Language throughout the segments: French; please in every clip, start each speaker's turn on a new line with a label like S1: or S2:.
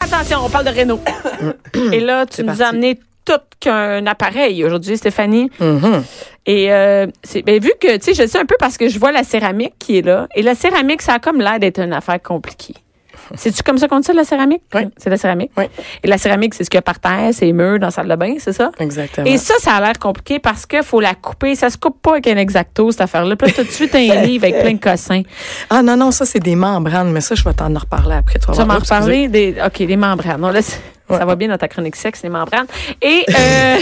S1: Attention, on parle de Renault. Et là, tu nous as amené tout qu'un appareil aujourd'hui, Stéphanie.
S2: Mhm.
S1: Et euh, c'est- ben, vu que, tu sais, je sais un peu parce que je vois la céramique qui est là. Et la céramique, ça a comme l'air d'être une affaire compliquée. C'est-tu comme ça qu'on dit ça, la céramique?
S2: Oui.
S1: C'est la céramique?
S2: Oui.
S1: Et la céramique, c'est ce qu'il y a par terre, c'est les murs dans la salle de bain, c'est ça?
S2: Exactement.
S1: Et ça, ça a l'air compliqué parce que faut la couper. Ça se coupe pas avec un exacto, cette affaire-là. Puis là, tout de suite, un livre avec plein de cossins.
S2: Ah non, non, ça, c'est des membranes, mais ça, je vais t'en reparler après. Tu vas
S1: Tu vas
S2: voir.
S1: m'en
S2: Oh, excusez.
S1: reparler des. OK, les membranes. Non, là, c'est- ça
S2: Ouais.
S1: va bien dans ta chronique sexe, les membranes. Et. euh,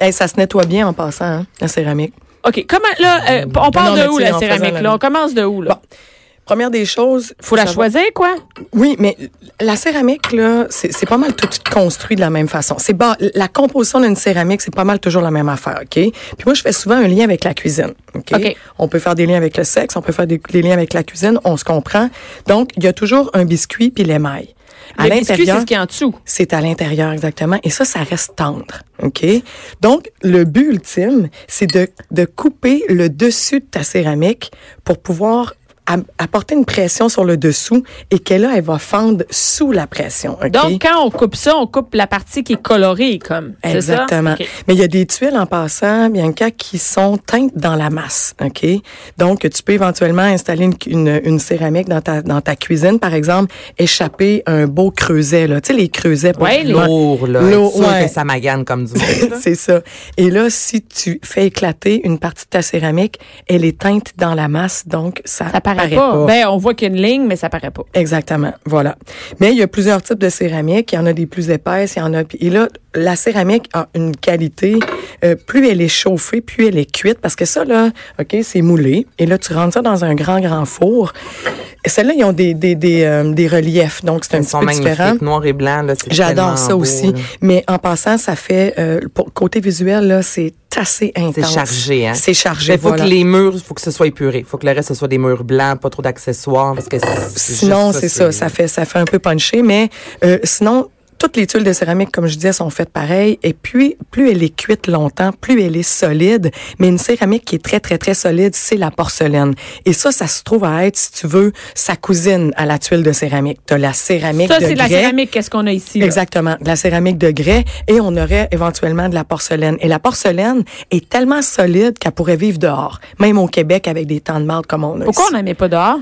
S2: Hey, ça se nettoie bien en passant, hein, la céramique.
S1: OK, comment. Là, euh, on part
S2: Non,
S1: de
S2: mais
S1: où,
S2: tu sais,
S1: la
S2: en faisant
S1: céramique?
S2: la-
S1: Là? On commence de où, là?
S2: Bon, Première des choses.
S1: Faut la choisir, quoi?
S2: Oui, mais la céramique, là, c'est c'est pas mal tout construit de la même façon. C'est bas, la composition d'une céramique, c'est pas mal toujours la même affaire, OK? Puis moi, je fais souvent un lien avec la cuisine, OK?
S1: OK.
S2: On peut faire des liens avec le sexe, on peut faire des, des liens avec la cuisine, on se comprend. Donc, il y a toujours un biscuit puis l'émail. À
S1: Le biscuit, c'est
S2: l'intérieur,
S1: ce qui est en dessous.
S2: c'est à l'intérieur exactement. Et ça, ça reste tendre, OK? Donc, le but ultime, c'est de, de couper le dessus de ta céramique pour pouvoir am- apporter une pression sur le dessous et qu'elle, là, elle va fendre sous la pression, OK?
S1: Donc, quand on coupe ça, on coupe la partie qui est colorée, comme. c'est ça?
S2: Exactement.
S1: OK.
S2: Mais il y a des tuiles en passant, Bianca, qui sont teintes dans la masse, OK? Donc, tu peux éventuellement installer une, une, une céramique dans ta, dans ta cuisine, par exemple, échapper un beau creuset, là. Tu sais, les creusets pour
S1: Ouais, les-
S2: loin.
S3: Lourd, là.
S2: Lourd,
S3: Être sûr
S2: ouais.
S3: que ça magane comme du monde. là.
S2: C'est ça. Et là, si tu fais éclater une partie de ta céramique, elle est teinte dans la masse, donc ça,
S1: Ça paraît, pas. Ben, on voit qu'il y a une ligne, mais ça paraît pas.
S2: Exactement, voilà. Mais il y a plusieurs types de céramique. Il y en a des plus épaisses, il y en a. Et là, la céramique a une qualité. euh, plus elle est chauffée, plus elle est cuite, parce que ça là, ok, c'est moulé. Et là, tu rentres ça dans un grand grand four. Celles-là, ils ont des des des, euh, des reliefs, donc c'est un
S3: Ils
S2: petit
S3: sont
S2: peu différent.
S3: magnifiques, noir et blanc. là, c'est tellement
S2: J'adore ça
S3: beau,
S2: aussi.
S3: là.
S2: Mais en passant, ça fait euh, pour côté visuel là, c'est assez intense.
S3: C'est chargé, hein?
S2: C'est chargé.
S3: Mais faut
S2: voilà.
S3: que les murs, faut que ce soit épuré. Faut que le reste, ce soit des murs blancs, pas trop d'accessoires, parce que c'est- c'est
S2: Sinon,
S3: juste
S2: c'est ça, ça fait ça fait un peu punché, mais euh, sinon. Toutes les tuiles de céramique, comme je disais, sont faites pareil. Et puis, plus elle est cuite longtemps, plus elle est solide. Mais une céramique qui est très, très, très solide, c'est la porcelaine. Et ça, ça se trouve à être, si tu veux, sa cousine à la tuile de céramique. T'as la céramique
S1: Ça,
S2: de
S1: c'est de la
S2: grès.
S1: céramique, qu'est-ce qu'on a ici? là?
S2: Exactement, de la céramique de grès et on aurait éventuellement de la porcelaine. Et la porcelaine est tellement solide qu'elle pourrait vivre dehors, même au Québec avec des temps de marde comme on a.
S1: Pourquoi
S2: ici.
S1: on n'en met pas dehors?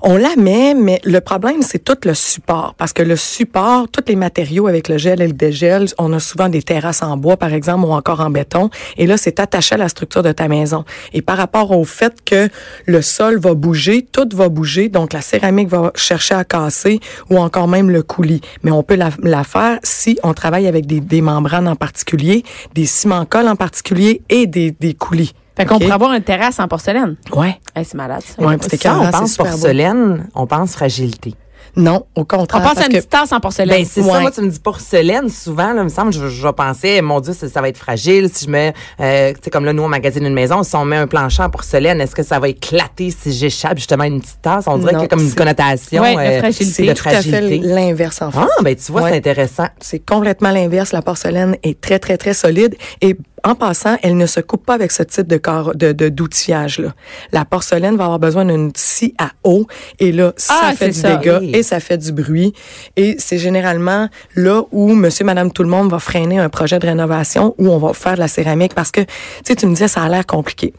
S2: On la met, mais le problème, c'est tout le support. Parce que le support, tous les matériaux avec le gel et le dégel, on a souvent des terrasses en bois, par exemple, ou encore en béton. Et là, c'est attaché à la structure de ta maison. Et par rapport au fait que le sol va bouger, tout va bouger, donc la céramique va chercher à casser, ou encore même le coulis. Mais on peut la, la faire si on travaille avec des, des membranes en particulier, des ciments-colles en particulier et des, des coulis.
S1: Fait qu'on
S2: OK?
S1: pourrait avoir une terrasse en porcelaine.
S2: Ouais.
S1: Hey, c'est malade, ça.
S2: Ouais, puis c'est
S3: Quand
S2: écœurant,
S3: on
S2: hein, c'est
S3: pense
S2: super beau.
S3: porcelaine, on pense fragilité.
S2: Non, au
S1: On
S2: contraire.
S1: pense à
S2: parce
S1: une
S2: que-
S1: petite tasse en porcelaine.
S3: Ben, c'est
S2: Ouais.
S3: ça, moi, tu me dis porcelaine, souvent, là, il me semble, je, je pensais, mon Dieu, ça, ça va être fragile. Si je mets, euh, tu sais, comme là, nous, on magasine une maison, si on met un plancher en porcelaine, est-ce que ça va éclater si j'échappe justement une petite tasse? On dirait
S2: Non,
S3: qu'il y a comme une
S2: c'est-
S3: connotation
S1: Ouais, de
S3: euh,
S1: fragilité.
S2: C'est
S3: de
S2: tout à fait
S3: fragilité.
S2: l'inverse en fait.
S3: Ah, ben, tu vois,
S2: Ouais.
S3: c'est intéressant.
S2: C'est complètement l'inverse. La porcelaine est très très très solide et en passant, elle ne se coupe pas avec ce type de corps de de- d'outillage là. La porcelaine va avoir besoin d'une scie à eau et là ça
S1: Ah,
S2: fait
S1: c'est
S2: du
S1: ça,
S2: dégât
S3: oui.
S2: et ça fait du bruit et c'est généralement là où monsieur madame tout le monde va freiner un projet de rénovation où on va faire de la céramique parce que tu sais tu me disais ça a l'air compliqué.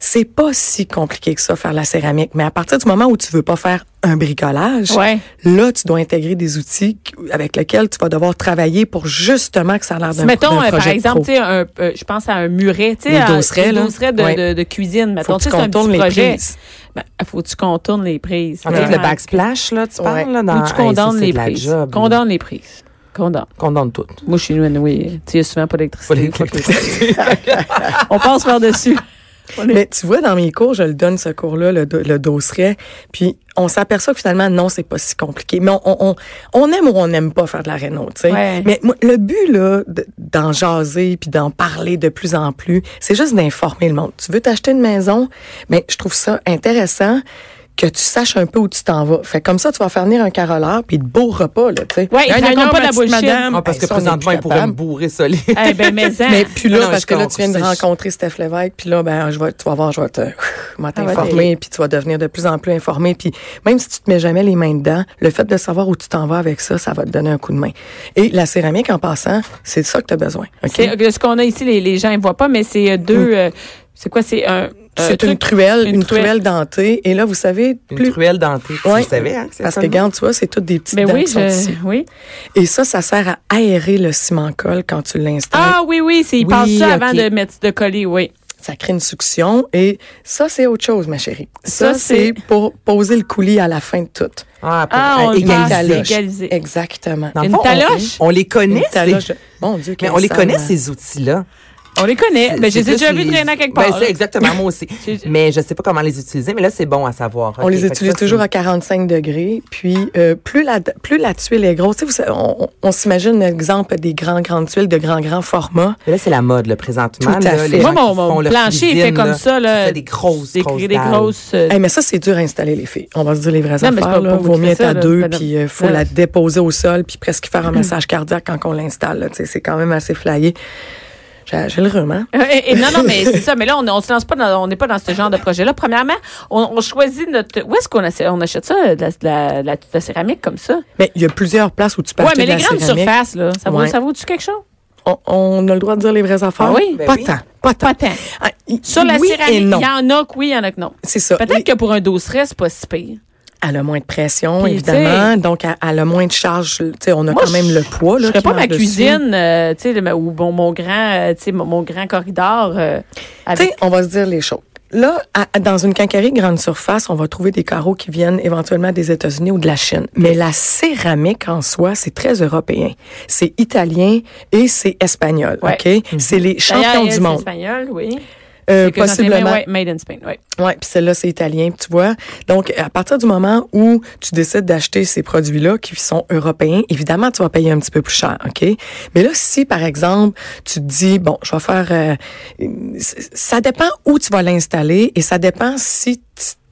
S2: C'est pas si compliqué que ça faire la céramique, mais à partir du moment où tu veux pas faire un bricolage,
S1: Ouais.
S2: Là, tu dois intégrer des outils qui- avec lesquels tu vas devoir travailler pour justement que ça a l'air d'un
S1: mettons,
S2: d'un
S1: euh,
S2: projet
S1: par
S2: de
S1: exemple,
S2: pro.
S1: tu sais, un, euh, je pense à un muret, tu sais,
S2: Une
S1: à-
S2: dosseraie,
S1: une
S2: là.
S1: dosseraie de,
S2: Ouais.
S1: de, de cuisine. Mettons,
S2: faut
S1: tu
S2: que tu
S1: sais, c'est un
S2: contournes
S1: petit
S2: les
S1: projet.
S2: prises.
S1: Ben, faut que tu contournes les prises.
S3: En fait,
S1: Ouais.
S3: le backsplash, là, tu parles, là, dans
S1: Ou tu condamnes les prises.
S3: Condamne.
S1: Condamnes les prises. Condamne.
S3: Condamne tout.
S1: Moi, chez nous, oui. Tu sais, il y a souvent pas d'électricité.
S3: Pas d'électricité.
S1: Fuck it. On passe par-dessus. On est-
S2: Mais tu vois, dans mes cours, je le donne ce cours-là, le, do- le dosseret, puis on s'aperçoit que finalement, non, c'est pas si compliqué. Mais on, on, on aime ou on n'aime pas faire de la réno, tu sais.
S1: Ouais.
S2: Mais moi, le but, là, de- d'en jaser puis d'en parler de plus en plus, c'est juste d'informer le monde. Tu veux t'acheter une maison, mais je trouve ça intéressant que tu saches un peu où tu t'en vas. Fait comme ça, tu vas faire venir un caroleur puis de beaux repas, là, tu sais.
S1: Ouais, ils
S4: Hey,
S1: te racontent
S4: non,
S1: pas
S4: ma
S1: de la
S4: petite
S1: bullshit.
S4: madame.
S3: Ah, parce
S2: Ben,
S3: que
S2: ça, on est
S3: présentement,
S2: plus
S3: il pourrait
S2: capable.
S3: me bourrer solide.
S1: Eh ben, mais en.
S2: Mais puis
S3: Ah
S2: là,
S3: non,
S2: parce
S3: je
S2: que là, tu
S3: comprends,
S2: viens de
S3: ça, je-
S2: rencontrer Steph Lévesque, puis là, ben, je vais, tu vas voir, je vais te, moi,
S1: Ah
S2: t'informer, puis tu vas devenir de plus en plus informé. Puis même si tu te mets jamais les mains dedans, le fait de savoir où tu t'en vas avec ça, ça va te donner un coup de main. Et la céramique, en passant, c'est ça que tu as besoin. OK? Hmm.
S1: C'est euh, ce qu'on a ici, les, les gens ne voient pas, mais c'est euh, deux. euh, c'est quoi? C'est un.
S2: C'est
S1: un truc-
S2: une truelle,
S1: une
S2: une,
S1: truelle.
S2: truelle. dentée. Et là, vous savez,
S3: Une
S2: plus...
S3: truelle dentée.
S2: Ouais.
S3: Tu le savais, hein, que c'est
S2: Parce
S3: ça,
S2: que,
S3: le nom?
S2: regarde, tu vois, c'est toutes des petites
S1: Ben
S2: dents
S1: oui,
S2: qui sont
S1: je-
S2: ici.
S1: oui.
S2: Et ça, ça sert à aérer le ciment-colle quand tu l'installes.
S1: Ah oui, oui, c'est, ils
S3: Oui,
S1: passent ça
S3: ok.
S1: avant de mettre de coller, oui.
S2: ça crée une succion et ça, c'est autre chose, ma chérie. Ça,
S1: Ça, c'est-
S2: c'est pour poser le coulis à la fin de tout.
S3: Ah, pour-
S1: Ah, on
S3: euh,
S1: le
S3: égaliser.
S1: passe.
S2: taloche.
S1: égaliser.
S2: Exactement.
S3: Dans le
S1: Une
S3: fond, on-
S1: taloche?
S3: On, les connaît,
S2: Une
S3: ces-
S2: taloche. Mon Dieu,
S3: mais
S2: quelle
S3: on les
S2: salle,
S3: connaît,
S2: hein.
S3: ces outils-là.
S1: On les connaît. Mais j'ai
S3: C'est
S1: déjà
S3: juste
S1: vu
S3: les-
S1: traîner à quelque
S3: Ben,
S1: part.
S3: c'est exactement, moi aussi. mais je sais pas comment les utiliser, mais là, c'est bon à savoir.
S2: On
S3: Ok,
S2: les
S3: fait que
S2: utilise
S3: ça,
S2: toujours
S3: c'est-
S2: à 45 degrés. Puis, euh, plus, la, plus la tuile est grosse, tu sais, vous savez, on, on- on s'imagine l'exemple des grands, grandes tuiles de grands, grands formats.
S3: Mais là, c'est la mode, là, présentement.
S2: Tout à
S3: là,
S2: fait.
S3: les
S1: Moi,
S3: gens
S1: mon,
S3: qui font
S1: mon
S3: leur
S1: plancher est fait
S3: cuisine,
S1: comme ça, là.
S3: C'est des grosses,
S1: J'ai
S3: grosses
S1: créé des
S3: dalles.
S1: grosses. euh,
S2: Eh, mais ça, c'est dur à installer, les filles. On va se dire les vraies
S1: Non, mais c'est
S2: affaires.
S1: pas
S2: Là.
S1: pour vous
S2: Vaut
S1: qui
S2: mieux
S1: faites
S2: être à
S1: ça, là,
S2: deux,
S1: madame.
S2: puis il faut
S1: Ouais.
S2: la déposer au sol, puis presque faire un massage cardiaque quand on l'installe. là. Tu sais, C'est quand même assez flyé. J'ai j'ai le rhume, hein?
S1: euh, et, et non, non, mais c'est ça. Mais là, on, on se lance pas dans, on n'est pas dans ce genre de projet-là. Premièrement, on, on choisit notre, où est-ce qu'on achète, on achète ça, de la, de la, de la- de la céramique comme ça?
S2: Mais il y a plusieurs places où tu peux
S1: Ouais,
S2: acheter
S1: mais
S2: de
S1: les
S2: la
S1: grandes
S2: céramique.
S1: surfaces, là, ça vaut,
S2: Ouais.
S1: ça vaut-tu quelque chose?
S2: On, on a le droit de dire les vraies affaires.
S1: Ah oui?
S3: Ben
S2: Pas
S3: oui.
S2: tant. Pas tant.
S1: Pas tant.
S2: Ah, y-
S1: Sur la
S2: oui et
S1: céramique, il
S2: non.
S1: y en a que oui, il y en a que non.
S2: C'est ça.
S1: Peut-être que pour un dosseret, c'est pas si pire.
S2: Elle a moins de pression,
S1: Puis,
S2: évidemment. Donc, elle, elle a moins de charge. Tu sais, on a
S1: Moi,
S2: quand même
S1: je-
S2: le poids.
S1: Je
S2: Là,
S1: ferais
S2: qui
S1: pas
S2: met
S1: ma
S2: en dessus.
S1: cuisine, euh, tu sais, le- ou mon, mon grand, euh, tu sais, mon, mon grand corridor. euh,
S2: Tu
S1: avec-
S2: sais, on va se dire les choses. Là, à- à- dans une quincaillerie grande surface, on va trouver des carreaux qui viennent éventuellement des États-Unis ou de la Chine. Mais la céramique en soi, c'est très européen. C'est italien et c'est espagnol.
S1: Ouais. Mhm.
S2: OK? C'est les
S1: D'ailleurs,
S2: champions
S1: elle,
S2: du
S1: c'est
S2: monde.
S1: espagnol, oui.
S2: Euh,
S1: C'est que j'en sais, mais
S2: possiblement.
S1: ouais, made in Spain, oui.
S2: Ouais, puis celle-là, c'est italien, puis tu vois. Donc, à partir du moment où tu décides d'acheter ces produits-là qui sont européens, évidemment, tu vas payer un petit peu plus cher, OK? Mais là, si, par exemple, tu te dis, bon, je vais faire... euh, une- c- ça dépend où tu vas l'installer et ça dépend si t-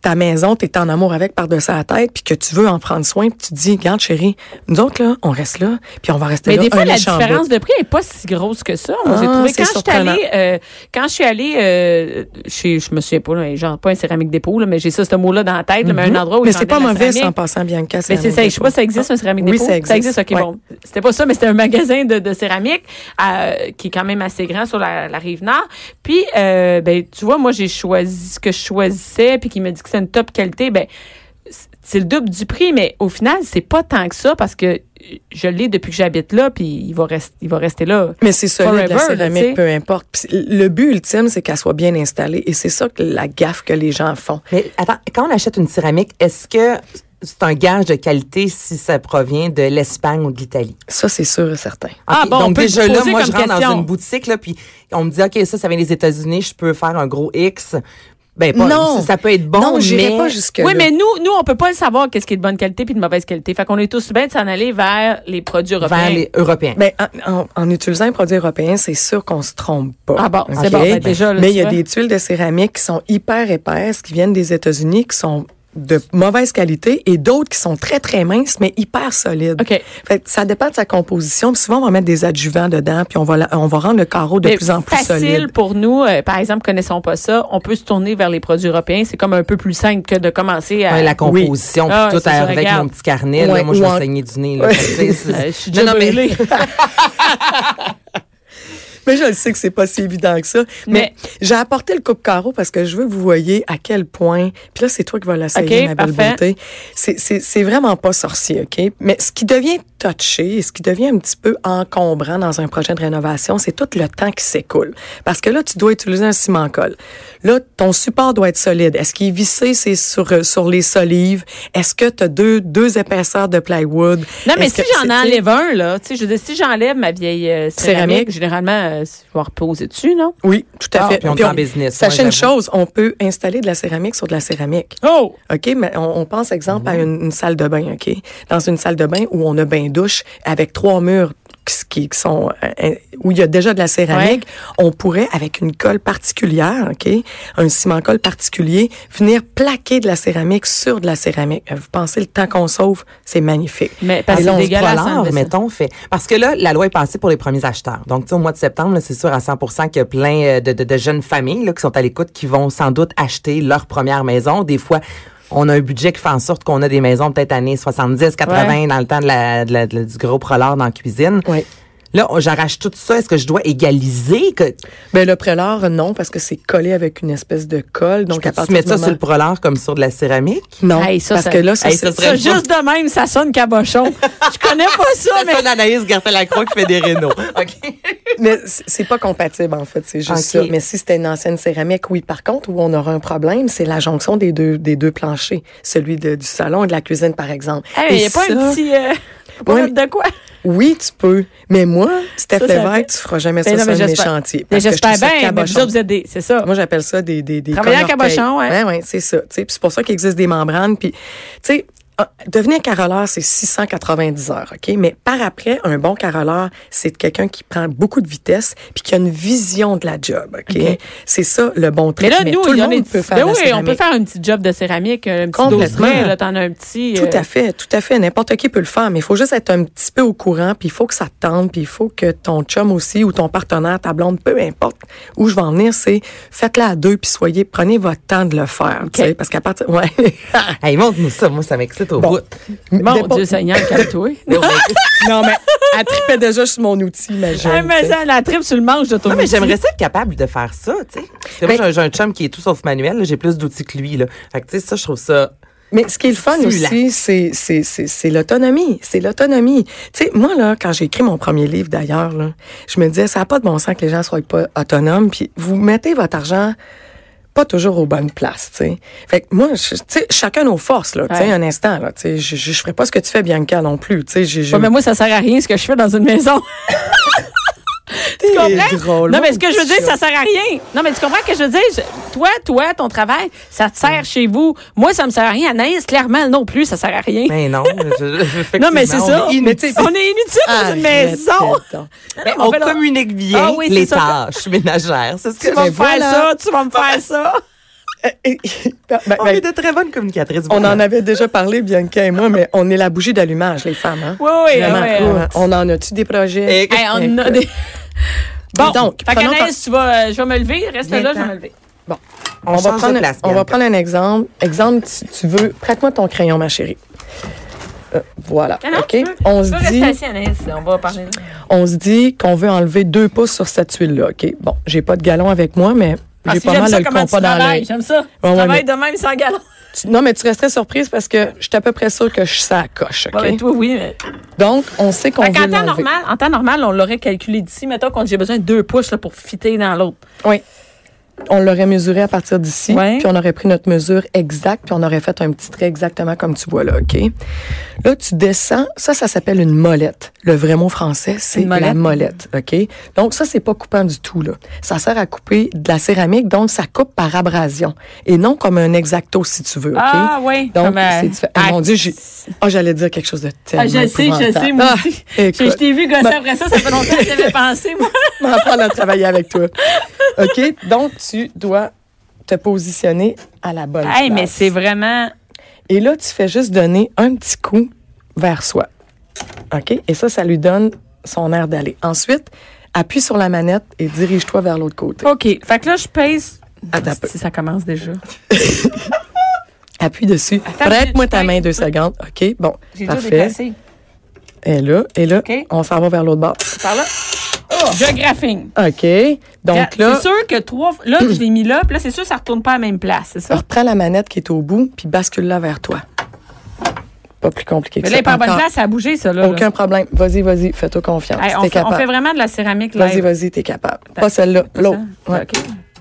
S2: ta maison, tu es en amour avec par-dessus la tête puis que tu veux en prendre soin, puis tu te dis, regarde, chérie, nous autres, là, on reste là, puis on va rester
S1: Mais
S2: là
S1: des fois,
S2: un
S1: la
S2: échange.
S1: différence de prix n'est pas si grosse que ça. Moi, j'ai
S2: Ah,
S1: trouvé
S2: c'est
S1: quand je suis
S2: surprenant.
S1: allée, euh, quand je suis allée, euh, chez, je me souviens pas, là, genre pas un céramique dépôt, là, mais j'ai ça, ce mot-là dans la tête, là, mais un endroit où
S2: Mhm. Mais
S1: ils
S2: c'est
S1: vendaient
S2: pas
S1: de la
S2: mauvais, ça, Ah. en
S1: céramique.
S2: passant, Bianca.
S1: Mais c'est ça, je sais pas, ça existe un céramique
S2: Oui,
S1: dépôt.
S2: ça existe.
S1: ok,
S2: Ouais.
S1: bon. C'était pas ça, mais c'était un magasin de, de céramique euh, qui est quand même assez grand sur la, la rive nord. Puis, euh, ben, tu vois, moi, j'ai choisi ce que je choisissais, puis qui me dit que c'est une top qualité. Ben, c'est- c'est le double du prix, mais au final, c'est pas tant que ça parce que je l'ai depuis que j'habite là, puis il va, rester il va rester là.
S2: Mais c'est solide, la
S1: Forever, là, tu sais.
S2: céramique, peu importe. Puis le but ultime, c'est qu'elle soit bien installée. Et c'est ça que la gaffe que les gens font.
S3: Mais attends, quand on achète une céramique, est-ce que c'est un gage de qualité si ça provient de l'Espagne ou de l'Italie?
S2: Ça, c'est sûr et certain.
S1: Ah
S3: OK,
S1: bon, on
S3: donc
S1: peut
S3: déjà
S1: poser
S3: là, moi, je
S1: comme
S3: rentre
S1: question.
S3: dans une boutique, là, puis on me dit, OK, ça, ça vient des États-Unis, je peux faire un gros X. Ben, pas,
S2: Non.
S3: ça peut être bon,
S2: non, j'irai
S3: mais...
S2: pas jusque
S1: Oui, mais nous, nous, on peut pas le savoir qu'est-ce qui est de bonne qualité puis de mauvaise qualité. Fait qu'on est tous bien de s'en aller vers les produits européens.
S3: vers les Européens.
S2: Ben, en, en- en utilisant un produit européen, c'est sûr qu'on se trompe pas.
S1: Ah bon, c'est
S2: OK?
S1: bon, ben déjà, là,
S2: mais
S1: tu
S2: il y a
S1: vois.
S2: des tuiles de céramique qui sont hyper épaisses, qui viennent des États-Unis, qui sont de mauvaise qualité et d'autres qui sont très très minces mais hyper solides.
S1: OK.
S2: Fait que ça dépend de sa composition. Puis souvent on va mettre des adjuvants dedans puis on va la- on va rendre le carreau de
S1: Mais
S2: plus en plus
S1: facile
S2: solide.
S1: pour nous. euh, par exemple, connaissons pas ça. On peut se tourner vers les produits européens. C'est comme un peu plus simple que de commencer à.
S3: Ouais, la composition, puis
S1: Ah,
S3: tout
S1: c'est ça,
S3: avec
S1: regarde.
S3: mon petit carnet, là,
S2: Ouais,
S3: moi, je
S2: ou
S3: vais
S2: en-
S3: saigner du nez. Là, C'est- c'est-
S1: Euh, je suis
S3: Non,
S1: déjà
S3: non, mais-
S1: brûlée.
S2: Mais je le sais que c'est pas si évident que ça.
S1: Mais-
S2: Mais, j'ai apporté le coupe carreau parce que je veux que vous voyez à quel point. Puis là, c'est toi qui vas
S1: Ok,
S2: l'essayer, ma belle
S1: parfait.
S2: beauté. C'est- C'est c'est vraiment pas sorcier, OK? Mais ce qui devient touché et ce qui devient un petit peu encombrant dans un projet de rénovation, c'est tout le temps qui s'écoule. Parce que là, tu dois utiliser un ciment-colle. Là, ton support doit être solide. Est-ce qu'il est vissé, c'est sur, euh, sur les solives? Est-ce que tu as deux, deux épaisseurs de plywood?
S1: Non, mais
S2: Est-ce
S1: si
S2: que-
S1: j'en
S2: c'est-
S1: enlève un, là, tu sais, je veux dire, si j'enlève ma vieille euh, céramique,
S2: Céramique.
S1: généralement, euh, je vais reposer dessus, non?
S2: Oui, tout à
S3: Ah,
S2: fait.
S3: puis on est en business,
S2: Sachez
S3: ouais,
S2: une
S3: j'avoue.
S2: chose, on peut installer de la céramique sur de la céramique.
S1: Oh!
S2: OK, mais on, on pense exemple
S3: Mmh.
S2: à une, une salle de bain, OK? Dans une salle de bain où on a bain-douche avec trois murs qui, s- qui sont euh, euh, où il y a déjà de la céramique, on pourrait avec une colle particulière, OK, un ciment colle particulier, venir plaquer de la céramique sur de la céramique. Euh, Vous pensez le temps qu'on sauve, c'est magnifique.
S1: Mais parce que
S3: Et là,
S1: c'est
S3: on se
S1: dégueulasse. hein,
S3: prolonge,
S1: enlever ça.
S3: mettons, fait. Parce que là, la loi est passée pour les premiers acheteurs. Donc, tu sais, au mois de septembre, là, c'est sûr à 100 qu'il y a plein euh, de, de- de jeunes familles là, qui sont à l'écoute, qui vont sans doute acheter leur première maison. Des fois, on a un budget qui fait en sorte qu'on a des maisons peut-être années 70, 80,
S1: Ouais.
S3: dans le temps de la, de la- de la- du gros prolard dans la cuisine.
S2: Oui.
S3: Là, on- j'arrache tout ça. Est-ce que je dois égaliser? Que,
S2: Ben le prélard non parce que c'est collé avec une espèce de colle donc à
S3: tu
S2: partir
S3: mets
S2: du
S3: ça
S2: moment-
S3: sur le prolard comme sur de la céramique?
S2: non
S1: Hey, ça,
S2: parce
S1: ça-
S2: que là ça,
S3: hey, ça
S2: c'est-
S1: Ça,
S3: serait
S1: juste de même, ça sonne cabochon. je connais pas ça, mais.
S3: C'est l'analyse Gertin-Lacroix qui fait des rénaux. OK.
S2: Mais c- c'est pas compatible, en fait. C'est juste
S3: Ok.
S2: ça. Mais si c'était une ancienne céramique, oui. Par contre, où on aura un problème, c'est la jonction des deux, des deux planchers. Celui de- du salon et de la cuisine, par exemple.
S1: Hey, mais
S2: Et
S1: y a pas
S2: ça,
S1: un petit. euh, pas
S2: Ouais,
S1: mettre de quoi?
S2: Oui, tu peux. Mais moi, Steph
S1: Ça, ça fait-
S2: Lévesque, tu feras jamais
S1: Ben
S2: ça
S1: non, mais
S2: sur un de mes
S1: j'espère-
S2: chantiers.
S1: Mais
S2: parce que je
S1: J'espère
S2: trouve ça
S1: bien, mais vous
S2: cabochon.
S1: autres, vous êtes des. C'est ça.
S2: Moi, j'appelle ça des des des
S1: Travailler à
S2: colles-orteils.
S1: cabochon, ouais.
S2: Ouais, ouais, c'est ça. Tu sais, puis c'est pour ça qu'il existe des membranes. Puis, tu sais, ah, devenir caroleur, c'est 690 heures, ok. Mais par après, un bon caroleur, c'est quelqu'un qui prend beaucoup de vitesse puis qui a une vision de la job, ok. C'est ça le bon
S1: mais
S2: trait.
S1: là, nous,
S2: tout
S1: il y
S2: le
S1: a des
S2: monde
S1: petits-
S2: peut faire
S1: ben
S2: de la
S1: oui, on peut
S2: céramique.
S1: faire un petit job de céramique, euh, un petit
S2: Complètement.
S1: dossier, là, t'en as un petit.
S2: Tout
S1: euh,
S2: à fait, tout à fait. N'importe qui peut le faire, mais il faut juste être un petit peu au courant, puis il faut que ça te tente, puis il faut que ton chum aussi ou ton partenaire, ta blonde, peu importe où je vais en venir, c'est faites-la à deux, puis soyez, prenez votre temps de le faire. tu sais, Parce qu'à partir. Ouais.
S3: Hey, montre-nous ça. Moi, ça m'excite au
S2: Bon.
S3: bout.
S1: Mon
S2: N'importe-
S1: Dieu Seigneur, calme-toi.
S2: Non, mais elle tripait déjà sur mon outil, imagine.
S1: Hey, Ah, mais
S2: tu sais.
S1: ça, la tripe sur le manche de ton
S3: Non, mais
S1: outil.
S3: j'aimerais ça être capable de faire ça, tu sais. Parce que
S2: Ben-
S3: moi, j'ai un- j'ai un chum qui est tout sauf manuel, là, j'ai plus d'outils que lui, là. Fait que, tu sais, ça, je trouve ça.
S2: Mais ce qui est le fun
S3: Stimulant.
S2: aussi, c'est c'est c'est c'est l'autonomie, c'est l'autonomie. Tu sais, moi là, quand j'ai écrit mon premier livre d'ailleurs là, je me disais ça n'a pas de bon sens que les gens soient pas autonomes, puis vous mettez votre argent pas toujours aux bonnes places, tu sais. Fait que moi, je- tu sais, chacun nos forces là, tu sais,
S1: Ouais.
S2: un instant là, tu sais, je je je ferai pas ce que tu fais Bianca non plus, tu sais, j'ai j'ai
S1: Ouais, mais moi, ça sert à rien ce que je fais dans une maison.
S2: T'es
S1: comprends?
S2: drôle.
S1: Non,
S2: hein. mon
S1: mais ce que je veux
S2: petit
S1: dire, ça
S2: chat.
S1: sert à rien. Non, mais tu comprends que je veux dire? Je- toi, toi, ton travail, ça te sert chez vous. Moi, ça me sert à rien. Anaïs, clairement, non plus, ça sert à rien.
S3: Mais Ben non. je- je-
S1: non, mais c'est ça.
S3: effectivement, on est
S1: Mais
S3: inutile.
S1: tu sais, on est inutile dans
S2: Arrête
S1: une maison.
S2: donc.
S3: Mais
S1: on
S3: on
S1: fait le-
S3: communique bien
S1: Ah oui, c'est
S3: les
S1: ça.
S3: tâches ménagères. C'est ce que
S1: Tu vas me
S3: j'ai
S1: faire
S2: voilà.
S1: ça, tu vas me faire ça.
S2: Ben, ben,
S3: On est de très bonnes communicatrices.
S2: On en
S3: voilà.
S2: avait déjà parlé, Bianca et moi, mais on est la bougie d'allumage, les femmes. Hein?
S1: Oui, oui,
S2: Vraiment,
S1: oui.
S2: hein? On en a-tu des projets?
S3: Et-
S1: Hey, on a
S2: Écoute.
S1: des... Bon,
S2: euh, Donc,
S1: fait
S2: prenons-
S1: qu'Anaïs, tu vas, euh, je vais me lever, reste là, je vais
S3: Viens-t'en.
S1: me lever.
S3: On,
S2: On, va
S3: change de
S2: prendre,
S3: place,
S2: on va
S3: Bianca.
S2: prendre un exemple. Exemple, tu, tu veux. Prête-moi ton crayon, ma chérie. Euh, voilà.
S1: Ah non,
S2: OK?
S1: tu peux-
S2: on
S1: tu peux
S2: se
S1: rester
S2: dit,
S1: assis, Anaïs, on va parler. Ah,
S2: on se dit qu'on veut enlever deux pouces sur cette tuile-là. OK? Bon, j'ai pas de galon avec moi, mais
S1: Ah,
S2: j'ai
S1: si,
S2: pas
S1: j'aime
S2: mal
S1: ça
S2: le
S1: comment
S2: compas
S1: tu
S2: dans
S1: travailles,
S2: l'œil.
S1: J'aime ça.
S2: Ouais,
S1: tu
S2: ouais,
S1: travailles de même sans galon.
S2: Tu- Non, mais tu resterais surprise parce que je suis à peu près sûre que je suis à la coche. OK?
S1: Ouais, mais toi, oui. Mais...
S2: Donc, on sait qu'on
S1: Fait qu'en
S2: veut.
S1: temps,
S2: l'enlever.
S1: normal, en temps normal, on l'aurait calculé d'ici. Mettons qu'on j'ai besoin de deux pouces là, pour fitter dans l'autre.
S2: Oui. On l'aurait mesuré à partir d'ici,
S1: Ouais.
S2: puis on aurait pris notre mesure exacte, puis on aurait fait un petit trait exactement comme tu vois là, OK? Là, tu descends, ça, ça s'appelle une molette. Le vrai mot français, c'est
S1: Une molette?
S2: la molette, OK? Donc, ça, c'est pas coupant du tout, là. Ça sert à couper de la céramique, donc ça coupe par abrasion, et non comme un exacto, si tu veux, OK?
S1: Ah oui.
S2: Donc,
S1: Comme, euh,
S2: c'est différent. Ah,
S1: ah,
S2: mon Dieu, j'ai- ah, j'allais dire quelque chose de tellement
S1: Ah, je sais, je sais, moi
S2: épouvantable.
S1: aussi.
S2: Ah,
S1: Je, je
S2: écoute.
S1: t'ai vu gosser après ça, ça fait longtemps que j'avais pensé, moi.
S2: Je vais apprendre à travailler avec toi. OK? Donc, tu dois te positionner à la bonne
S1: Hey,
S2: place.
S1: mais c'est vraiment.
S2: Et là, tu fais juste donner un petit coup vers soi. OK? Et ça, ça lui donne son air d'aller. Ensuite, appuie sur la manette et dirige-toi vers l'autre côté.
S1: OK. Fait que là, je pèse.
S2: Attends un peu.
S1: Si ça commence déjà.
S2: Appuie dessus.
S1: Attends,
S2: Prête-moi
S1: je-
S2: ta
S1: je-
S2: main deux secondes. OK? Bon,
S1: J'ai déjà
S2: parfait.
S1: déplacé.
S2: Et là, et là,
S1: OK.
S2: on s'en va vers l'autre bord.
S1: Par là. Je graphine.
S2: OK? Oh. Donc là,
S1: c'est sûr que trois. Là, je l'ai mis là, puis là, c'est
S2: Ah,
S1: sûr que ça retourne pas à la même place, c'est ça?
S2: reprends la manette qui est au bout puis bascule-la vers toi. pas plus compliqué que
S1: Mais
S2: ça.
S1: là, bonne
S2: Encore-
S1: place, ça a bougé, ça, là.
S2: Aucun problème. Vas-y, vas-y, fais-toi confiance.
S1: Hey, on,
S2: t'es
S1: fait- on
S2: capable.
S1: fait vraiment de la céramique, là.
S2: Vas-y, vas-y, t'es capable. Pas celle-là, l'autre. Ouais.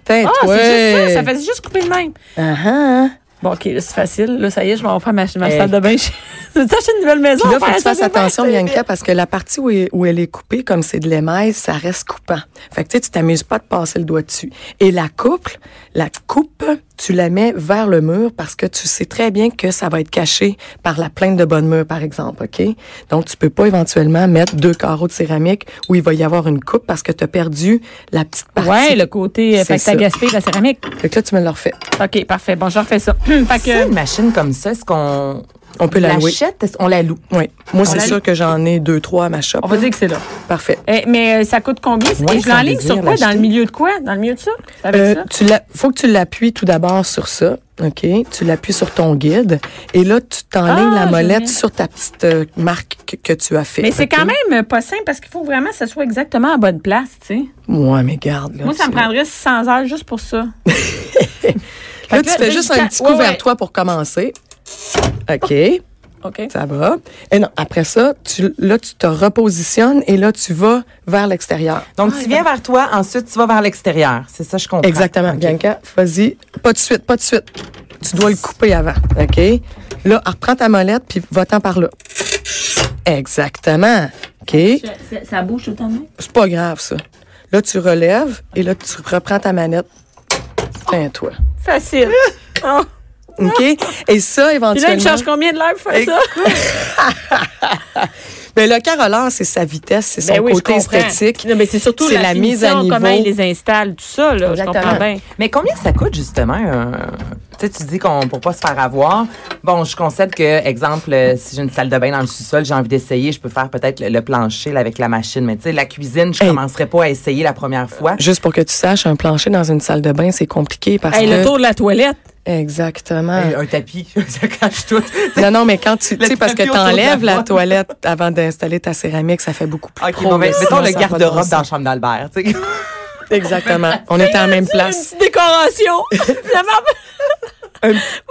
S2: Tais-toi.
S1: Ah, c'est juste ça. Ça faisait juste couper le même.
S2: Ah, ah.
S1: Bon, OK, là, c'est facile. Là, ça y est, je vais faire ma, ma salle de bain. Je vais t'acheter une nouvelle maison.
S2: Puis
S1: on
S2: là,
S1: va
S2: faut
S1: faire
S2: que tu
S1: la
S2: fasses
S1: salle de bain.
S2: attention, Bianca, parce que la partie où, est- où elle est coupée, comme c'est de l'émail, ça reste coupant. Fait que tu sais, tu t'amuses pas de passer le doigt dessus. Et la coupe, la coupe, tu la mets vers le mur parce que tu sais très bien que ça va être caché par la plainte de bonne mur, par exemple, OK? Donc, tu peux pas éventuellement mettre deux carreaux de céramique où il va y avoir une coupe parce que tu as perdu la petite partie.
S1: Ouais, le côté. euh, Fait
S2: C'est
S1: que t'as
S2: ça.
S1: gaspillé de la céramique.
S2: Fait que là, tu me le refais.
S1: OK, parfait. Bon, je refais ça. fait
S3: C'est
S1: que.
S3: une machine comme ça, est-ce qu'on
S2: On peut la louer.
S3: l'achète, est-ce qu'on la loue?
S2: Oui. Moi, c'est
S1: la
S2: sûr que j'en ai deux, trois à ma shop.
S1: On va
S2: là.
S1: dire que c'est là.
S2: Parfait.
S1: Eh, mais euh, ça coûte combien?
S3: Ouais,
S1: Et je
S3: sans
S1: l'enligne
S3: désir,
S1: sur quoi? Dans
S3: l'acheter.
S1: le milieu de quoi? Dans le milieu de ça? C'est Avec
S2: Euh,
S1: ça?
S2: tu la- faut que tu l'appuies tout d'abord sur ça, OK? Tu l'appuies sur ton guide et là, tu t'enlignes
S1: Ah,
S2: la
S1: je
S2: molette
S1: l'ai.
S2: sur ta petite euh, marque que, que tu as fait.
S1: Mais c'est
S2: OK?
S1: quand même euh, pas simple parce qu'il faut vraiment que ça soit exactement à bonne place, tu sais.
S2: Ouais, mais garde. Là,
S1: Moi, ça
S2: tu-
S1: me prendrait 600 heures juste pour ça.
S2: Là,
S1: Fait que
S2: tu
S1: là,
S2: fais
S1: là,
S2: juste
S1: je
S2: un
S1: t'en-
S2: petit
S1: ouais,
S2: coup vers
S1: ouais.
S2: toi pour commencer. OK,
S1: OK.
S2: ça va. Et non, après ça, tu, là, tu te repositionnes et là, tu vas vers l'extérieur.
S3: Donc, tu viens vers toi, ensuite, tu vas vers l'extérieur. C'est ça, je comprends.
S2: Exactement.
S3: OK.
S2: Bianca, vas-y. Pas de suite, pas de suite. Tu dois le couper avant, OK? Là, reprends ta molette, puis va-t'en par là. Exactement. OK?
S1: Ça, ça bouge tout le temps. non?
S2: C'est pas grave, ça. Là, tu relèves, et là, tu reprends ta manette. Tiens-toi.
S1: Facile. Oh.
S2: OK? Et ça,
S1: Puis là, il me
S2: éventuellement...
S1: charge combien de l'heure pour faire
S2: Et-
S1: ça?
S2: Mais ben, le caroleur, c'est sa vitesse, c'est son
S1: Ben oui, je
S2: côté
S1: comprends.
S2: esthétique.
S1: Non, mais c'est surtout
S2: C'est
S1: la,
S2: la mise à
S1: finition,
S2: niveau.
S1: comment ils les installent, tout ça, là. Je
S2: Exactement.
S1: comprends bien.
S3: Mais combien ça coûte, justement? un- Tu sais, tu dis qu'on pour pas se faire avoir. Bon, je concède que, exemple, euh, si j'ai une salle de bain dans le sous-sol, j'ai envie d'essayer, je peux faire peut-être le, le plancher là, avec la machine. Mais tu sais, la cuisine, je
S2: Hey.
S3: commencerai pas à essayer la première fois.
S2: Juste pour que tu saches, un plancher dans une salle de bain, c'est compliqué parce
S1: Hey, le Ben,
S2: que...
S1: tour de la toilette.
S2: Exactement.
S3: Hey, Euh, Un tapis, ça cache tout.
S2: Non, non, mais quand tu, tu sais,
S3: Le
S2: parce que
S3: tapis autour de la
S2: t'enlèves la
S3: boîte.
S2: toilette avant d'installer ta céramique, ça fait beaucoup plus
S3: OK,
S2: pro,
S3: bon, ben,
S2: là,
S3: mettons
S2: sinon,
S3: le
S2: ça a pas de bon
S3: garde-robe
S2: sens.
S3: dans la chambre d'Albert. tu sais.
S2: Exactement. On est en même place.
S1: Une petite décoration. Finalement, on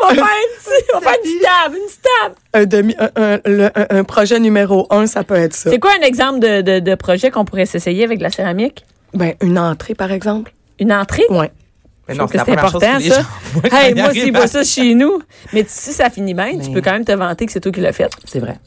S1: va faire une petite, on va faire une petite table, une petite table.
S2: Un, demi, un, un- le- un- un projet numéro un, ça peut être ça.
S1: C'est quoi un exemple de, de, de projet qu'on pourrait s'essayer avec de la céramique?
S2: Ben, une entrée, par exemple.
S1: Une entrée?
S2: Ouais.
S3: Mais
S1: Je
S3: non,
S1: trouve que
S3: la
S1: c'est
S3: première chose
S1: important,
S3: que les
S1: ça.
S3: gens voient quand
S1: Hey,
S3: ils
S1: moi, s'il
S3: arrivent à-
S1: voit ça chez nous. Mais si ça finit bien, tu
S2: Ben
S3: Mais-
S1: peux quand même te vanter que c'est toi qui l'as fait.
S3: C'est vrai.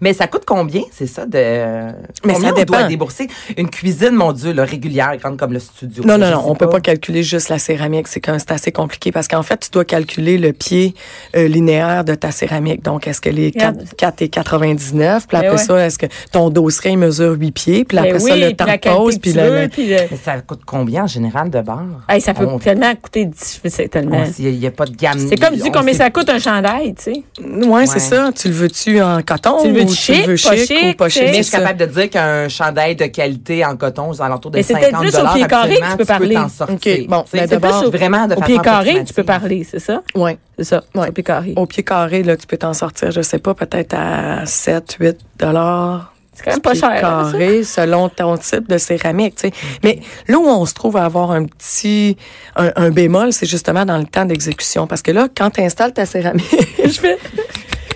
S3: Mais ça coûte combien, c'est ça, de.
S2: Mais
S3: combien
S2: ça
S3: on doit
S2: dépend.
S3: débourser une cuisine, mon Dieu, là, régulière, grande comme le studio.
S2: Non,
S3: Je
S2: non,
S3: sais
S2: non, on peut pas calculer juste la céramique. C'est quand c'est assez compliqué parce qu'en fait, tu dois calculer le pied euh, linéaire de ta céramique. Donc, est-ce que les
S1: Regarde.
S2: 4, 4 et 99, puis
S1: Mais
S2: après
S1: ouais.
S2: ça, est-ce que ton dosseret il mesure 8 pieds, puis après
S1: Ben
S2: ça, le
S1: puis la
S2: temps de
S1: qualité
S2: pause,
S1: que
S2: puis
S1: tu
S2: le-
S1: veux,
S2: le- Ah,
S1: puis le-
S3: Mais ça coûte combien en général de bar?
S1: Hey, ça peut
S3: On-
S1: tellement coûter dix- c'est tellement.
S3: on- Il n'y a pas de gamme.
S1: C'est comme
S3: On
S1: tu dis combien
S3: sait-
S1: ça coûte un chandail, tu sais.
S2: Ouais, c'est
S3: Ouais.
S2: ça. Tu le veux-tu en coton
S1: Tu le veux
S2: ou tu
S1: chic,
S2: le veux
S1: pas
S2: chic,
S1: chic,
S2: ou pas
S1: tu
S2: chic?
S1: sais.
S3: Mais je
S2: c'est
S3: suis
S2: ça.
S3: capable de dire qu'un chandail de qualité en coton aux alentours de
S1: Mais
S3: 50
S1: c'était juste au pied carré
S3: absolument,
S1: que tu peux parler.
S3: t'en sortir.
S2: OK, bon,
S3: Tu sais,
S2: mais
S3: c'est
S2: Ben, d'abord-
S3: plus vraiment de
S1: au
S3: façon
S1: pied carré, tu peux
S3: approximative.
S1: parler, c'est ça?
S2: Ouais.
S1: C'est ça,
S2: Ouais.
S1: au pied carré.
S2: Au pied carré, là, tu peux t'en sortir, je sais pas, peut-être à 7, 8 dollars.
S1: C'est quand même pas
S2: Pied
S1: cher. hein, ça?
S2: carré, selon ton type de céramique, tu sais. Mais là où on se trouve à avoir un petit, un, un bémol, c'est justement dans le temps d'exécution. Parce que là, quand tu installes ta céramique,
S1: Je fais,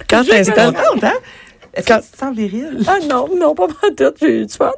S2: quand tu installes,
S3: Contente, hein? Est-ce
S2: Quand-
S3: que tu te sens viril?
S1: ah non, non, pas pas tout, j'ai eu du fun.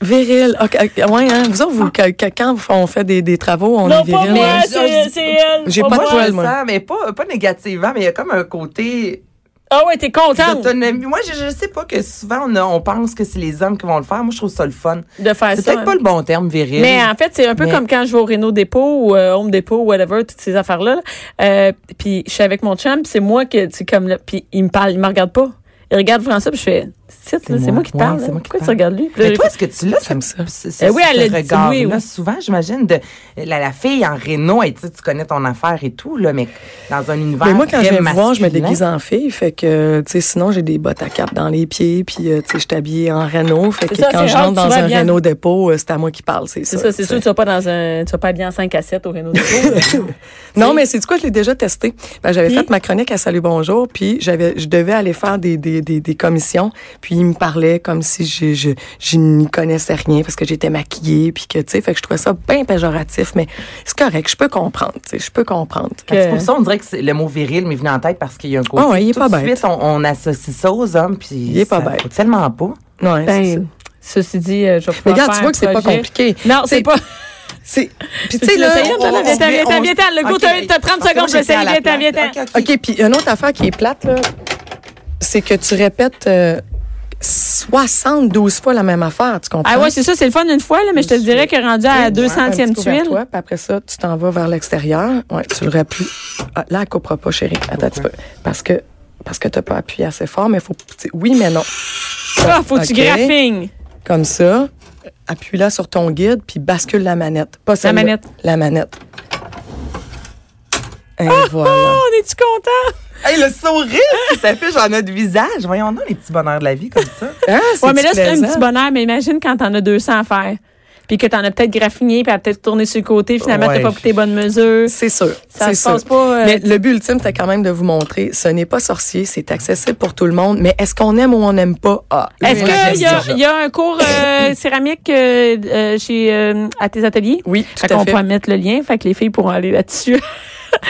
S2: viril, ok, ok, ouais, hein, vous autres, vous, que- que- quand on fait des, des travaux, on est
S1: non, pas
S2: viril.
S1: moi,
S2: hein?
S3: je-
S1: c'est
S3: je-
S1: c'est elle.
S2: j'ai pas de
S1: moi.
S2: poils.
S3: je
S2: moi.
S3: sens, mais pas, pas négativement, mais il y a comme un côté
S1: Ah ouais, t'es contente
S3: d'autonomie. Moi, je, je sais pas que souvent, on, a- on pense que c'est les hommes qui vont le faire. Moi, je trouve ça le fun.
S1: de faire
S3: C'est
S1: ça.
S3: peut-être
S1: hein.
S3: pas le bon terme, viril.
S1: Mais en fait, c'est un peu
S3: Mais-
S1: comme quand je vais au Renault Dépôt ou euh, Home Depot, whatever, toutes ces affaires-là. Euh, puis je suis avec mon chum, puis c'est moi que tu comme là, puis il me parle, il me regarde pas. Il regarde François, puis je fais, c'est c'est
S3: moi.
S1: moi qui te
S3: Ouais,
S1: parle.
S3: c'est
S1: hein.
S3: moi qui
S1: Pourquoi
S3: te
S1: tu regardes lui Puis là,
S3: Mais
S1: j'ai
S3: toi, est-ce que tu l'as,
S2: J'aime
S3: ce,
S2: ça.
S3: ce- ce-
S1: Eh oui, elle
S3: ce
S1: l'a dit,
S3: regard-là?
S1: oui, oui.
S3: Souvent, j'imagine, de la, la fille en réno, elle, tu sais, tu connais ton affaire et tout, là, mais dans un univers
S2: Mais moi, quand
S3: très
S2: je vais me voir, je me
S3: masculin.
S2: déguise en fille. Fait que, tu sais, sinon, j'ai des bottes à cap dans les pieds. Puis, euh, tu sais, je t'habille en Renault. Fait que
S1: C'est ça,
S2: quand
S1: c'est
S2: je
S1: rare
S2: rentre
S1: que tu
S2: dans
S1: vas
S2: un
S1: bien.
S2: Renault dépôt, euh, c'est à moi qui parle, c'est ça.
S1: C'est ça, c'est
S2: tu
S1: sûr,
S2: sais.
S1: tu vas pas dans un, tu vas pas bien en 5 à 7 au Renault Dépôt.
S2: Non, mais c'est du quoi, je l'ai déjà testé. Ben, j'avais
S1: Puis?
S2: fait ma chronique à Salut Bonjour, puis j'avais, je devais aller faire des, des, des, des commissions. Puis il me parlait comme si je, je, je n'y connaissais rien parce que j'étais maquillée, puis que, tu sais, fait que je trouvais ça bien péjoratif, mais c'est correct, je peux comprendre, tu sais, je peux comprendre.
S3: Fait que C'est pour ça, on dirait que c'est- le mot viril m'est venu en tête parce qu'il y a un côté.
S2: Ah ouais, il est
S3: tout
S2: pas
S3: de
S2: bête.
S3: suite, on, on associe ça aux hommes, puis.
S2: Il est pas
S3: ça
S2: bête.
S3: vaut Tellement pas.
S2: Ouais, c'est ça.
S1: Ben, ceci dit, euh, je vais
S2: Mais
S1: pouvoir
S2: regarde, tu
S1: faire
S2: vois
S1: un
S2: que c'est pas
S1: projet.
S2: compliqué.
S1: Non, c'est pas.
S2: C'est. Puis tu
S1: Tu
S2: sais là,
S1: l'essayes,
S2: on-
S1: t'as-
S2: on-
S1: t'as- t'as- t'as-
S2: on-
S1: t'as- le goût, t'as- t'as 30 secondes,
S3: j'essaie
S1: j'essaie, viens, t'en, viens, t'en.
S2: OK, puis une autre affaire qui est plate, là, c'est que tu répètes euh, 72 fois la même affaire, tu comprends?
S1: Ah ouais, c'est ça, c'est le fun une fois, là, mais je te dirais que rendu à la
S2: deux
S1: 200e tuile.
S2: Toi, puis après ça, tu t'en vas vers l'extérieur. Ouais, tu le rappuies. Ah, là, elle coupera pas, chérie. Attends un petit peu. Parce que, parce que t'as pas appuyé assez fort, mais faut... tu sais, Oui, mais non.
S1: Ah, faut que tu
S2: Ok.
S1: graphines.
S2: Comme ça, appuie-la sur ton guide, puis bascule la manette. Pas celle-là.
S1: manette.
S2: La manette. Et voilà.
S1: Oh, on est-tu content?
S3: Hey, le sourire qui s'affiche en notre visage. Voyons, non, les petits bonheurs de la vie comme ça.
S2: Hein,
S1: Ouais, mais là, c'est un
S2: plaisant?
S1: petit bonheur, mais imagine quand t'en as 200 à faire. Puis que t'en as peut-être graffiné, puis elle a peut-être tourné sur le côté, finalement,
S3: Ouais.
S1: t'as pas pris tes bonnes mesures.
S2: C'est sûr.
S1: Ça
S2: c'est
S1: se
S2: sûr.
S1: passe pas, euh,
S2: Mais le but ultime, c'était quand même de vous montrer, ce n'est pas sorcier, c'est accessible pour tout le monde. Mais est-ce qu'on aime ou on n'aime pas? Ah,
S1: Est-ce
S2: moi, j'aime
S1: qu'il y, a-
S2: ça.
S1: il y a un cours euh, céramique euh, euh, chez, euh, à tes ateliers?
S2: Oui,
S1: Fait
S2: tout à
S1: qu'on
S2: fait.
S1: pourra mettre le lien, fait que les filles pourront aller là-dessus.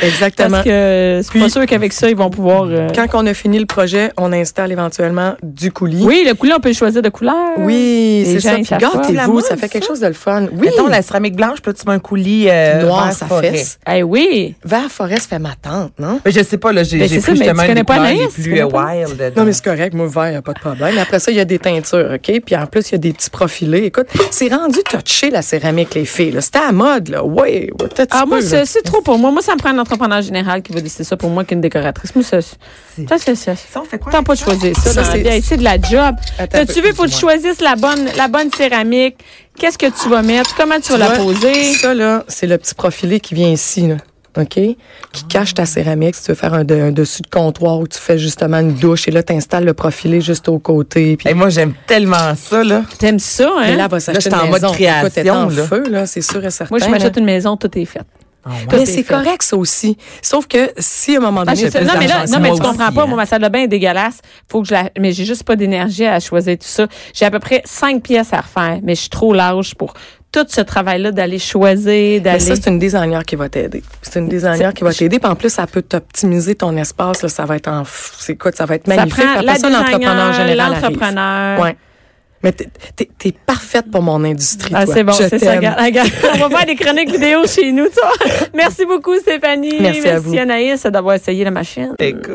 S2: Exactement.
S1: Parce que c'est pas
S2: Puis-
S1: sûr qu'avec ça, ils vont pouvoir. euh,
S2: Quand on a fini le projet, on installe éventuellement du coulis.
S1: Oui, le coulis, on peut le choisir de couleur. Les
S2: Oui,
S1: gens,
S2: c'est
S1: ils
S2: ça. Puis
S1: savent pas.
S3: C'est la
S2: gâtez-vous,
S3: mode,
S2: ça fait
S3: ça.
S2: quelque chose de le fun. Oui, euh,
S3: Mettons, la céramique blanche, puis là, tu mets un coulis euh,
S2: noir,
S3: vert
S2: ça
S3: forêt.
S2: fesse.
S1: Eh oui.
S2: Vers forêt, ça fait ma tante, non?
S3: Mais je sais pas, là, j'ai
S1: Ben,
S3: j'ai
S1: c'est ça,
S3: pris
S1: mais
S3: justement
S1: tu
S3: une
S1: connais
S3: des
S1: pas
S3: couleurs
S1: Anaïs,
S3: les
S1: tu
S3: plus
S1: connais
S3: euh,
S1: pas?
S3: wild.
S2: Non,
S3: dedans.
S2: mais c'est correct, moi, vert, y a pas de problème. Après ça, il y a des teintures, OK? Puis en plus, il y a des petits profilés. Écoute, c'est rendu touché, la céramique, les filles. là. C'était à mode, là. Ouais, ouais, peut-être
S1: Ah,
S2: tu
S1: moi,
S2: peux,
S1: ça,
S2: là.
S1: c'est trop pour moi. Moi, ça me prend un entrepreneur général qui va décider ça pour moi qu'une décoratrice. Moi, ça, c'est- ça, c'est ça.
S3: Ça, on fait quoi?
S1: T'as pas de
S3: avec ça?
S1: choisir ça,
S2: Ça,
S1: dans la
S2: c'est-
S1: vie. Hey, C'est de la job.
S2: Attends un
S1: T'as-tu
S2: peu,
S1: vu, faut que tu
S2: excuse-moi.
S1: choisisses la bonne, la bonne céramique. Qu'est-ce que tu vas mettre? Comment tu vas la
S2: Ouais,
S1: poser?
S2: Ça, là, c'est le petit profilé qui vient ici, là. OK? Qui
S1: Ah.
S2: cache ta céramique. Si tu veux faire un, de- un dessus de comptoir où tu fais justement une douche et là, tu installes le profilé juste au côté. Puis
S3: Hey, moi, j'aime tellement ça, là.
S1: T'aimes ça, hein?
S2: Mais là, elle va s'acheter
S3: Là, j'étais
S2: une
S3: en mode
S2: maison. Écoute, elle est en
S3: création, là.
S2: feu, là, c'est sûr et certain.
S1: moi, je
S2: là.
S1: m'achète une maison, tout est fait.
S2: Mais
S1: Tout est
S2: c'est
S1: fait.
S2: correct, ça aussi. Sauf que si à un moment
S1: Ah,
S2: donné.
S1: je sais-
S3: plus
S1: non, mais là,
S3: d'argent,
S1: non, mais
S3: moi
S1: tu comprends
S3: aussi,
S1: pas.
S3: hein.
S1: Moi, ma salle de bain est dégueulasse. Faut que je la, mais j'ai juste pas d'énergie à choisir tout ça. J'ai à peu près cinq pièces à refaire, mais je suis trop large pour tout ce travail-là d'aller choisir,
S2: Mais
S1: d'aller.
S2: ça, c'est une designer qui va t'aider. C'est une designer qui va t'aider. Puis en plus, ça peut t'optimiser ton espace. là. ça va être en. f- C'est quoi? Ça va être
S1: Ça
S2: magnifique.
S1: prend
S2: Puis
S1: la
S2: après ça, l'entrepreneur
S1: designer,
S2: général. arrive.
S1: L'entrepreneur.
S2: Ouais. Mais t'es- t'es t'es parfaite pour mon industrie.
S1: Ah,
S2: toi.
S1: c'est bon,
S2: Je
S1: c'est ça.
S2: t'aime.
S1: Regarde, regarde. on va faire des chroniques vidéo chez nous, toi. Merci beaucoup, Stéphanie.
S2: Merci à vous.
S1: Anaïs, d'avoir essayé la machine.
S3: Écoute.